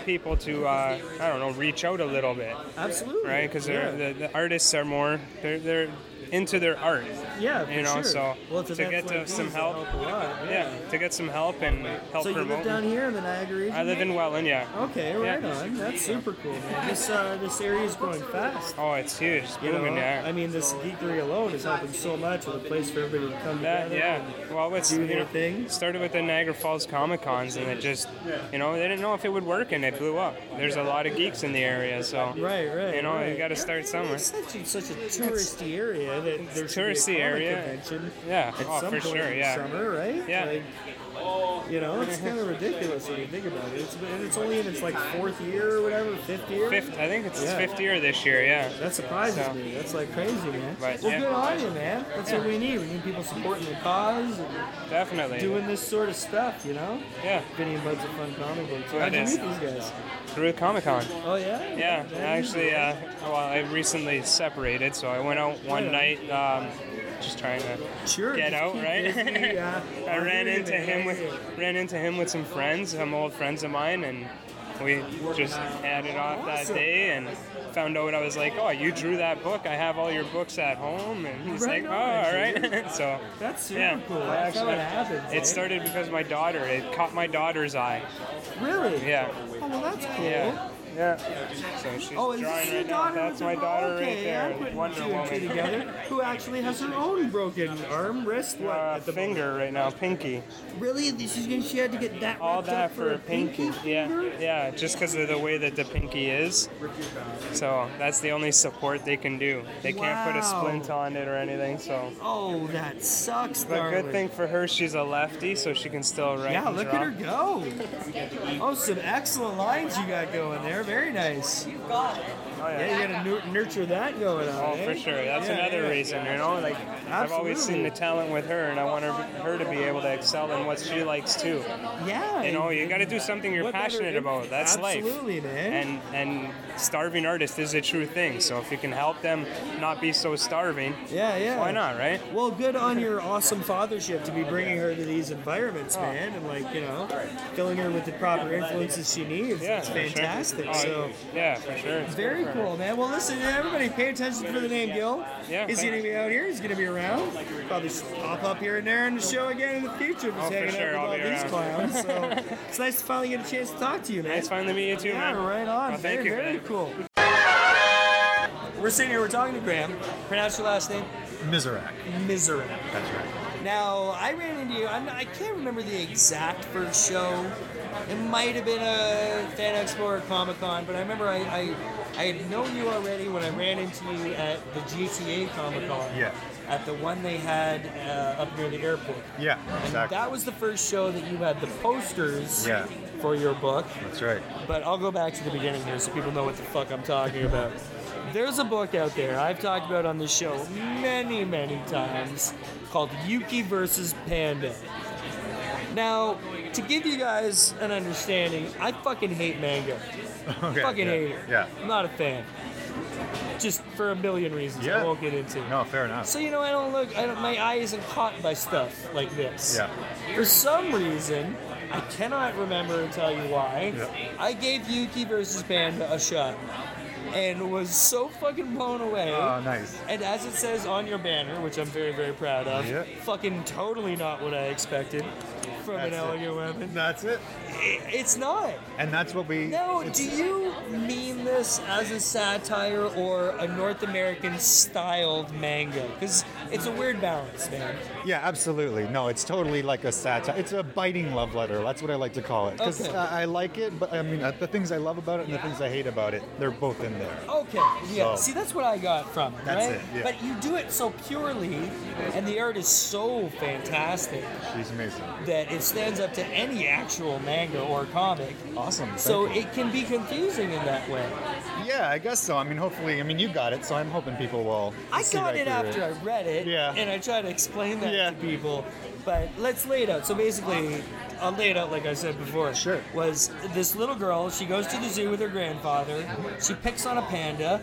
people to, uh, I don't know, reach out a little bit,
Absolutely.
right? Because
yeah.
the, the artists are more, they're, they're into their art.
yeah,
you
for
know,
sure.
so
well, it's
to
events
get
like
to
these
some
that
help,
a lot, yeah.
yeah. to get some help and help
So you
promote.
live down here in the Niagara region?
I live in Welland, yeah.
Okay, right
Yeah.
on. That's super cool, man. This uh, this area is growing fast.
Oh, it's huge, it's
You know,
booming, yeah.
I mean, this geekery alone is helping so much with a place for everybody to come
That,
together.
yeah. Well, it's
do
you
their
know,
thing.
started with the Niagara Falls Comic Cons, and it just, you know, they didn't know if it would work, and it blew up. There's a lot of geeks in the area, so
Right, right.
you know,
right.
you got to start somewhere.
It's such a, such a touristy area. idea that
It's
there should be a
touristy
comic
area.
convention
Yeah.
at
Oh, for
some point
sure,
in the
yeah.
summer, right?
Yeah.
Like, you know, it's kind of ridiculous when you think about it. It's, and it's only in its like fourth year or whatever, fifth year.
Fifth, I think it's
Yeah.
fifth year this year. Yeah.
That surprises
So-
me. That's like crazy, man.
But,
well,
yeah.
good on you, man. That's what we need. We need people supporting their cause. And
Definitely.
Doing this sort of stuff, you know.
Yeah.
Vinny and Bud's a fun comic book. So
Oh,
how'd
it
you
is.
meet these guys?
Through Comic Con.
Oh yeah.
Yeah, I actually, uh, well, I recently separated, so I went out one
Yeah.
night, um, just trying to get
just
out,
keep
right?
busy, yeah.
I ran
Yeah,
into
man.
him with ran into him with some friends, some old friends of mine, and we just had it off that
Awesome.
day and found out I was like, oh, you drew that book. I have all your books at home, and he's
Right
like, oh, all
on,
right. so
That's super
yeah,
cool.
I
That's how
actually-
it happens. eh?
It started because my daughter. It caught my daughter's eye.
Really?
Yeah.
Oh, well, that's cool.
Yeah. Yeah. So she's
Oh, is this
drawing
your
right now.
daughter
That's
with
my
the-
daughter right
okay,
there.
I'm putting
Wonder
two and two
Woman.
together. Who actually has her own broken arm, wrist, what?
Uh, finger right now, pinky.
Really? This is gonna, she had to get that
All
wrapped
that
up for a pinky?
Yeah, yeah, just because of the way that the pinky is. So that's the only support they can do. They can't put a
Wow.
splint on it or anything. So.
Oh, that sucks,
But good
darling.
thing for her, she's a lefty, so she can still write.
Yeah,
and
look
draw.
at her go. Oh, some excellent lines you got going there. Very nice. You got it. Oh, yeah. you gotta nu- nurture that going on.
Oh, for
eh?
sure. That's
Yeah,
another
yeah.
reason, you know. Like I've always seen the talent with her, and I want her, her to be able to excel in what she likes too.
Yeah.
You know, you got to do something you're
What better
passionate
im-
about. That's
Absolutely,
life.
man.
And and starving artist is a true thing. So if you can help them not be so starving,
Yeah, yeah.
Why not, right?
Well, good on your awesome fathership to be bringing her to these
Oh.
environments, man, and like you know, filling her with the proper influences she needs.
Yeah,
it's
for sure.
fantastic.
Oh,
So
yeah, for sure. It's good
very
for her.
cool, man. Well, listen, everybody, pay attention for the name Gil.
Yeah,
He's gonna
thanks.
be out here. He's gonna be around. Probably s- pop up here and there in the show again in the future. Just
Oh, for
hanging
sure,
out
I'll
with
be
all these
around.
clowns. So it's nice to finally get a chance to talk to you, man.
Nice finally meet you too,
yeah,
man.
right on.
Well,
very,
thank you for
very
that.
cool. We're sitting here. We're talking to Graham. Pronounce your last name.
Mizrak.
Miserat.
That's right.
Now, I ran into you. I'm, I can't remember the exact first show. It might have been a Fan Expo or Comic Con, but I remember I, I, I had known you already when I ran into you at the GTA Comic Con.
Yeah.
At the one they had uh, up near the airport.
Yeah,
And
exactly.
that was the first show that you had the posters
Yeah.
for your book.
That's right.
But I'll go back to the beginning here so people know what the fuck I'm talking about. There's a book out there I've talked about on this show many, many times called Yuki versus Panda. Now, to give you guys an understanding, I fucking hate manga.
Okay,
fucking
yeah,
hate it.
yeah.
I'm not a fan. Just for a million reasons
Yeah.
I won't get into.
No, fair enough.
So you know I don't look I don't, my eye isn't caught by stuff like this.
Yeah.
For some reason, I cannot remember and tell you why. I gave Yuki versus Panda a shot and was so fucking blown away.
Oh, nice.
And as it says on your banner, which I'm very, very proud of,
Yeah.
fucking totally not what I expected from an
That's it.
elegant weapon.
That's it.
It's not.
And that's what we.
Now,
it's-
do you mean this as a satire or a North American styled manga? Because it's a weird balance, man.
Yeah, absolutely. No, it's totally like a satire. It's a biting love letter. That's what I like to call it. Because
Okay.
I I like it, but I mean, uh, the things I love about it and the things I hate about it, they're both in there.
Okay, yeah.
So-
See, that's what I got from it,
That's
right?
it, yeah.
But you do it so purely, and the art is so fantastic
She's amazing.
that it stands up to any actual manga or comic.
Awesome. thank
So
you.
it can be confusing in that way.
Yeah, I guess so. I mean, hopefully, I mean, you got it, so I'm hoping people will.
I
see
got
right
it
through
after I read it,
Yeah.
and I try to explain that to people. But let's lay it out. So basically, I'll lay it out like I said before. Sure. Was this little girl? She goes to the zoo with her grandfather. She picks on a panda.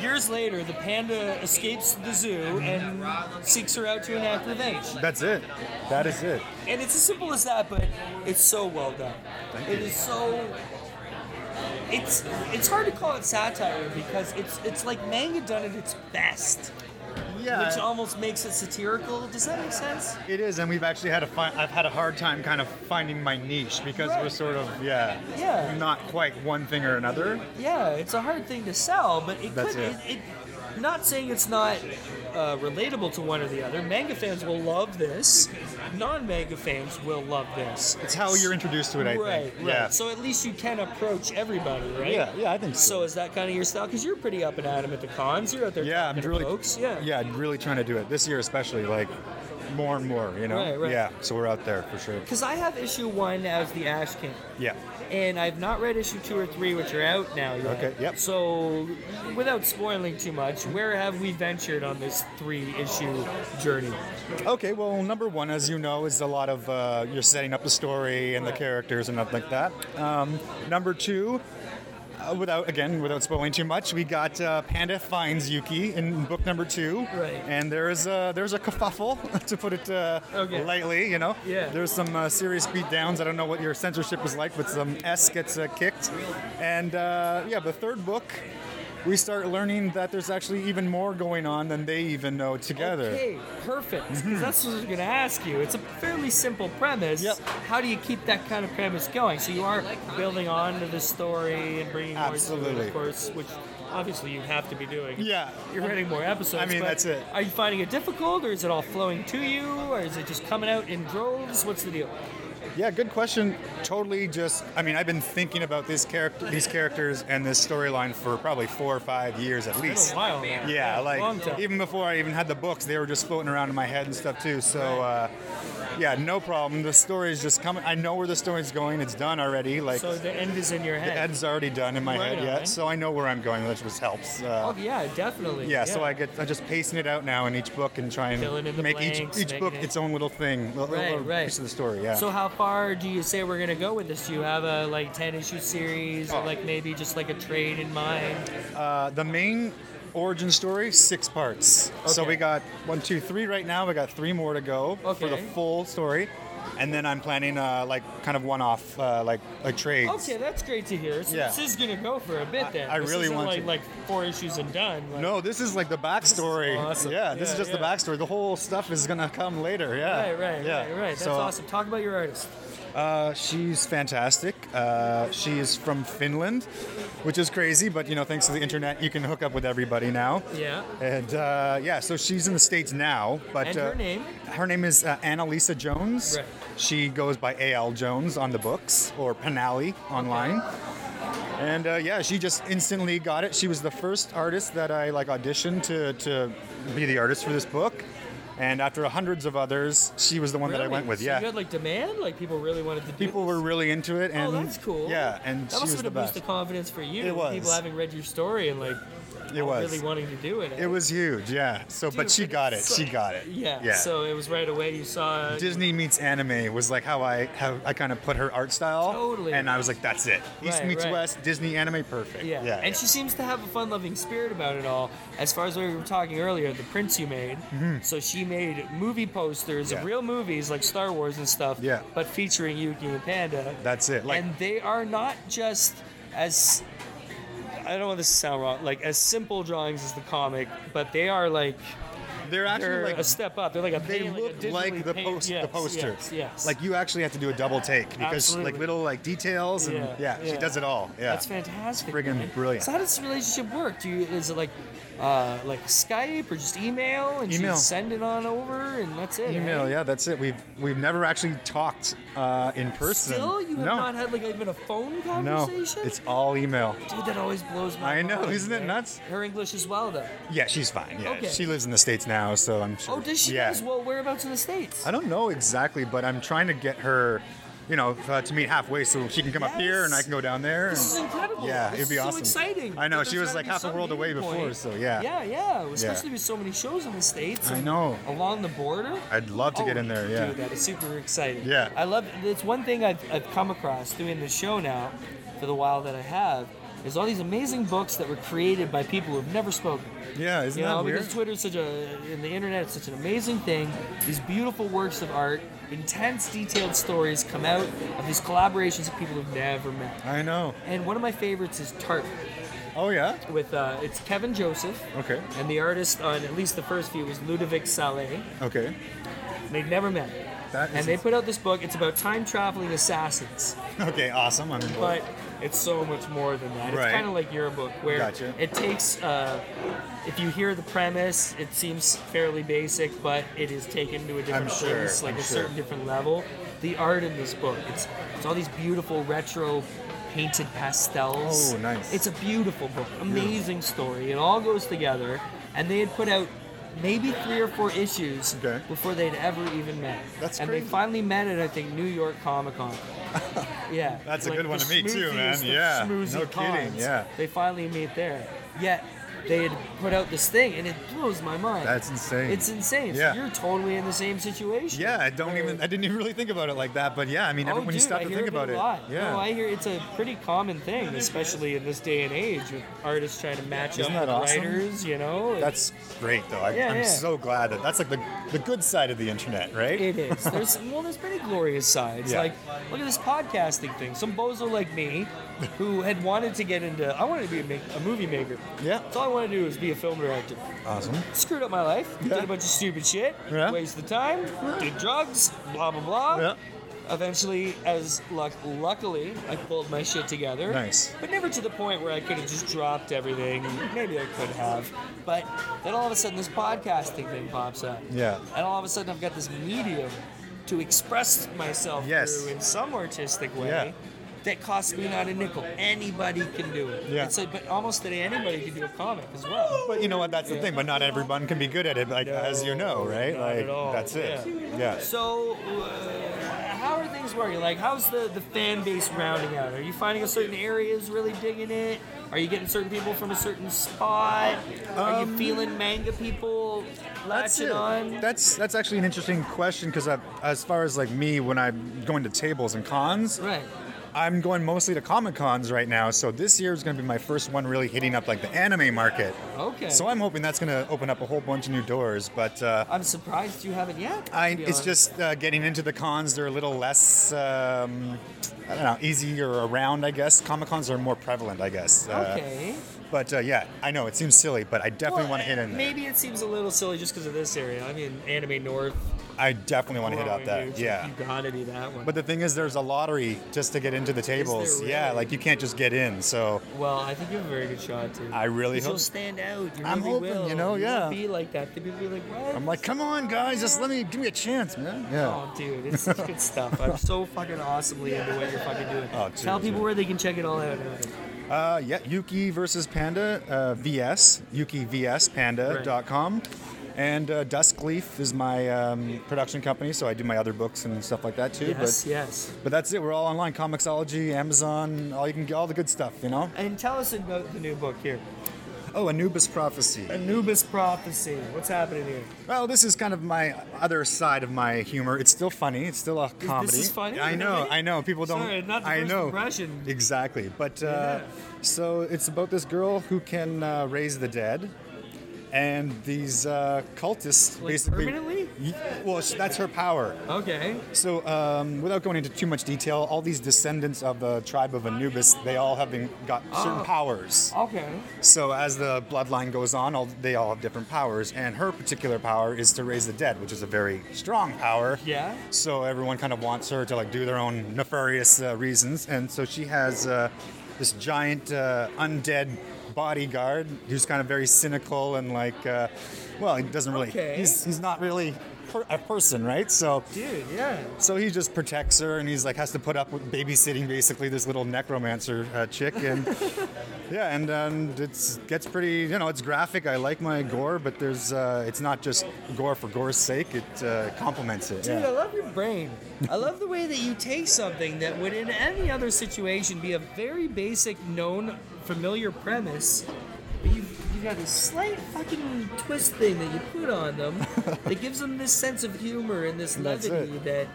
Years later, the panda escapes the zoo and seeks her out to enact revenge.
That's it. That is it.
And it's as simple as that, but it's so well done.
Thank
It
you.
is so. It's it's hard to call it satire because it's it's like manga done at its best.
Yeah.
Which almost makes it satirical. Does that make sense?
It is, and we've actually had a fi- I've had a hard time kind of finding my niche because we're sort of yeah,
Yeah.
not quite one thing or another.
Yeah, it's a hard thing to sell, but it
That's
could.
it.
It, it, Not saying it's not uh, relatable to one or the other. Manga fans will love this. Non-manga fans will love this.
It's how you're introduced to it, I think.
Right, right.
Yeah.
So at least you can approach everybody, right?
Yeah, yeah, I think
so. So is that kind of your style? Because you're pretty up and at 'em at the cons. You're out there
Yeah,
talking
I'm
to
really
folks. Yeah.
I'm really trying to do it this year, especially like more and more. You know,
Right, right.
yeah. So we're out there for sure.
Because I have issue one as the Ash King.
Yeah.
And I've not read issue two or three, which are out now. Yet.
Okay,
Yep. So, without spoiling too much, where have we ventured on this three-issue journey?
Okay, well, number one, as you know, is a lot of uh, you're setting up the story and the characters and stuff like that. Um, number two, uh, without again, without spoiling too much, we got uh, Panda finds Yuki in book number two,
Right.
and there is a there's a kerfuffle to put it uh,
Okay.
lightly. You know,
Yeah.
There's some uh, serious beat downs. I don't know what your censorship is like, but some S gets uh, kicked, and uh, yeah, the third book. We start learning that there's actually even more going on than they even know together.
Okay, perfect. 'Cause that's what I was going to ask you. It's a fairly simple premise. Yep. How do you keep that kind of premise going? So you are building on to the story and bringing more to it,
Absolutely.
of course, which obviously you have to be doing.
Yeah.
You're writing more episodes.
I mean,
but
that's it.
Are you finding it difficult, or is it all flowing to you, or is it just coming out in droves? What's the deal?
Yeah, good question. Totally just I mean, I've been thinking about this character these characters and this storyline for probably 4 or 5 years at
It's been a
least.
while now.
Yeah,
Yeah,
like
long time.
even before I even had the books, they were just floating around in my head and stuff too. So uh, yeah, no problem. The story is just coming. I know where the story's going. It's done already. Like
so the end is in your head.
the end's already done in my
Right
head, yeah.
on. eh?
So I know where I'm going, which just helps. Uh,
Oh yeah, definitely.
yeah, so I get I'm just pacing it out now in each book and trying
Filling in
to
the
make each
blanks,
each
making
book
it-
its own little thing, little,
Right,
little
right.
piece of the story. Yeah.
So how far do you say we're gonna go with this? Do you have a like ten issue series, or like maybe just like a trade in mind?
Uh, the main origin story, six parts. So
Okay.
we got one, two, three right now. We got three more to go for the
Okay.
full story, and then I'm planning uh, like kind of one-off uh, like like trades.
Okay, that's great to hear. So
Yeah.
this is gonna go for a bit then.
I
This
really
isn't
want
like,
to.
like four issues and done. Like,
No, this is like the backstory.
awesome.
Yeah, this
Yeah,
is just the
yeah.
backstory. The whole stuff is gonna come later. Yeah.
Right, right,
yeah.
right, right. That's
So-
awesome. Talk about your artist.
Uh, she's fantastic. Uh, she is from Finland, which is crazy, but you know, thanks to the internet, you can hook up with everybody now.
Yeah.
And uh, yeah, so she's in the states now, but
And
uh,
her name?
Her name is uh, Annalisa Jones.
Right.
She goes by AL Jones on the books or Penali online. And uh, yeah, she just instantly got it. She was the first artist that I like auditioned to, to be the artist for this book. And after hundreds of others, she was the one that I
Really?
went with.
So
yeah,
You had like demand, like people really wanted to do.
people were really into it. And
oh, that's cool.
Yeah, and
that
she
must
was
have
the
been a boost
best.
of confidence for you.
It was.
People having read your story and like
It was.
really wanting to do it. eh?
It was huge. Yeah. So, but
Dude,
she
but
got it.
it's
She
so-
got it.
Yeah.
Yeah.
So it was right away. You saw
Disney meets anime was like how I how I kind of put her art style.
Totally.
And I was like, that's it. East
Right,
meets
right.
West, Disney anime, perfect.
Yeah.
Yeah.
and she seems to have a fun-loving spirit about it all. As far as we were talking earlier, the prints you made.
Mhm.
So she made movie posters
Yeah.
of real movies like Star Wars and stuff.
Yeah.
But featuring Yuki and Panda.
That's it. Like
and they are not just as I don't want this to sound wrong, like as simple drawings as the comic, but they are like
they're actually like
a step up. They're like a
they
paint,
looked
like, a
like,
digitally
the
paint-
post
yes,
the poster.
Yes, yes.
Like you actually have to do a double take because
Absolutely.
like little like details and yeah, she does it all. Yeah.
That's fantastic.
Friggin'
man.
brilliant.
So how does this relationship work? Do you is it like uh, like Skype or just email and
Email.
she send it on over and that's it?
Email,
right?
yeah, that's it. We've we've never actually talked uh, in person.
Still, you have
no,
not had like even a phone
no,
conversation.
it's all email.
Dude, that always blows my
I
mind.
know, isn't it
man.
nuts?
Her English as well, though.
Yeah, she's fine. Yeah,
Okay.
she lives in the states now, so I'm sure.
Oh, does she?
Yeah,
As well, whereabouts in the states?
I don't know exactly, but I'm trying to get her, you know, uh, to meet halfway so she can come up here and I can go down there.
This is
and-
incredible.
Yeah,
This
it'd be
is so
awesome.
exciting.
I know
But
she was
there's gotta
like
be
half a
some
world away
meeting
before,
point.
so yeah.
Yeah, yeah. Especially with so many shows in the states.
I
and
know.
Along the border.
I'd love to get in there, yeah.
Dude, that is super exciting.
Yeah.
I love. It's one thing I've, I've come across doing the show now, for the while that I have, is all these amazing books that were created by people who've never spoken.
Yeah, isn't
you know,
that weird?
Because Twitter's such a, and the internet is such an amazing thing. These beautiful works of art, intense, detailed stories come out of these collaborations of people who've never met.
I know.
And one of my favorites is Tart.
Oh yeah.
With uh, it's Kevin Joseph.
Okay.
And the artist on at least the first few was Ludovic Salé.
Okay.
They'd never met.
That is
and they put out this book. It's about time traveling assassins.
Okay, awesome. I'm involved.
But it's so much more than that.
Right.
It's kind of like your book, where
Gotcha.
it takes. Uh, if you hear the premise, it seems fairly basic, but it is taken to a different
I'm sure,
place, like
I'm
a
sure.
certain different level. The art in this book, it's it's all these beautiful retro painted pastels.
Oh, nice.
It's a beautiful book, amazing story. It all goes together, and they had put out maybe three or four issues before they'd ever even met. That's and they
crazy.
finally met at I think New York Comic Con. yeah,
That's a
like
good one
the
to me too,
smoothiest
man.
of
Yeah.
smoothie
No kidding,
cons.
yeah.
They finally meet there. Yet they had put out this thing, and it blows my mind.
That's insane.
It's insane. So
Yeah.
you're totally in the same situation.
Yeah, I don't even. I didn't even really think about it like that, but yeah, I mean,
oh,
every- when
dude,
you stop
I
to
hear
think
of it
about
a
it,
lot.
yeah.
No, I hear it's a pretty common thing, especially in this day and age with artists trying to match
Isn't
up
that awesome?
writers. You know,
That's great, though. I,
Yeah,
I'm
yeah.
so glad that that's like the, the good side of the internet, right?
It is. There's well, there's many glorious sides.
Yeah.
Like, look at this podcasting thing. Some bozo like me, who had wanted to get into, I wanted to be a, make, a movie maker.
Yeah.
So all I wanted to do was be a film director.
awesome.
Screwed up my life. Did a bunch of stupid shit.
Yeah.
Wasted the time. Did drugs. Blah blah blah. Eventually, as luck, luckily, I pulled my shit together.
Nice.
But never to the point where I could have just dropped everything. Maybe I could have. But then all of a sudden, this podcasting thing pops up.
Yeah.
And all of a sudden, I've got this medium to express myself through in some artistic way
Yeah.
that costs me not a nickel. Anybody can do it.
Yeah.
It's like, but almost today, anybody can do a comic as well.
But you know what? That's the
Yeah.
thing. But not everyone can be good at it, like as you know, right?
Not
like
at all.
that's it.
Yeah.
Yeah.
So, uh, how are things working? Like, how's the, the fan base rounding out? Are you finding a certain area is really digging it? Are you getting certain people from a certain spot? are you
Um,
feeling manga people
That's
latching
it.
on?
That's that's actually an interesting question because as far as like me when I'm going to tables and cons,
right?
I'm going mostly to comic cons right now. So this year is going to be my first one really hitting up like the anime market.
Okay.
So I'm hoping that's going to open up a whole bunch of new doors. But uh,
I'm surprised you haven't yet. to
I,
be
it's
honest.
just uh, getting into the cons. They're a little less, um, I don't know, easier around. I guess comic cons are more prevalent. I guess. Uh,
Okay.
But uh, yeah, I know it seems silly, but I definitely want to hit in. there.
uh, Maybe it seems a little silly just because of this area. I mean, Anime North.
I definitely want to hit up that. Yeah.
You gotta be that one.
But the thing is, there's a lottery just to get into the tables. Yeah,
really?
like you can't just get in. So
well, I think you have a very good shot too.
I really
You'll
hope.
stand out. You
I'm
really
hoping,
will.
you know,
won't
yeah.
be like that. The people be like, what?
I'm like, come on, guys, just let me give me a chance, man. Yeah.
Oh, dude, it's such good stuff. I'm so fucking awesomely into what you're fucking doing.
Oh,
Tell
dude,
people
dude.
where they can check it all out. and everything.
Uh, yeah, Yuki versus Panda, uh, VS, YukiVSPanda.com. And uh, Dusk Leaf is my um, production company, so I do my other books and stuff like that too.
Yes,
but,
yes.
But that's it. We're all online. Comixology, Amazon, all you can get, all the good stuff, you know.
And tell us about the new book here.
Oh, Anubis Prophecy.
Anubis Prophecy. What's happening here?
Well, this is kind of my other side of my humor. It's still funny. It's still a comedy.
is funny?
I know.
Really?
I know. People don't.
Sorry, not the
I
first
know.
impression.
Exactly. But uh, so it's about this girl who can uh, raise the dead, and these uh, cultists
Like,
basically.
permanently?
Y- Well, sh- that's her power.
Okay.
So, um, without going into too much detail, all these descendants of the tribe of Anubis, they all have been, got certain
Oh.
powers.
Okay.
So as the bloodline goes on, all, they all have different powers, and her particular power is to raise the dead, which is a very strong power.
Yeah.
So everyone kind of wants her to like do their own nefarious uh, reasons, and so she has uh, this giant uh, undead bodyguard who's kind of very cynical and like, uh, well, he doesn't really,
Okay.
he's he's not really per- a person, right? So.
Dude, yeah.
So he just protects her, and he's like has to put up with babysitting basically this little necromancer uh, chick, and yeah, and um, it's gets pretty. You know, it's graphic. I like my gore, but there's uh, it's not just gore for gore's sake. It uh, complements it.
Dude, I
Yeah.
love your brain. I love the way that you take something that would, in any other situation, be a very basic, known, familiar premise, but you you got this slight fucking twist thing that you put on them that gives them this sense of humor and this
And that's
levity
it.
that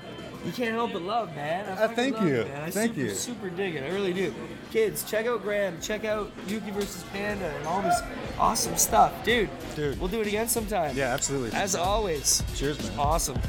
you can't help but love, man. I
Uh,
fucking
thank
love
you.
it, man. I
Thank
super,
you.
Super dig it. I really do. Kids, check out Graham. Check out Yuki versus Panda and all this awesome stuff, dude. Dude, we'll do it again sometime.
Yeah, absolutely.
As always.
Cheers, man.
Awesome.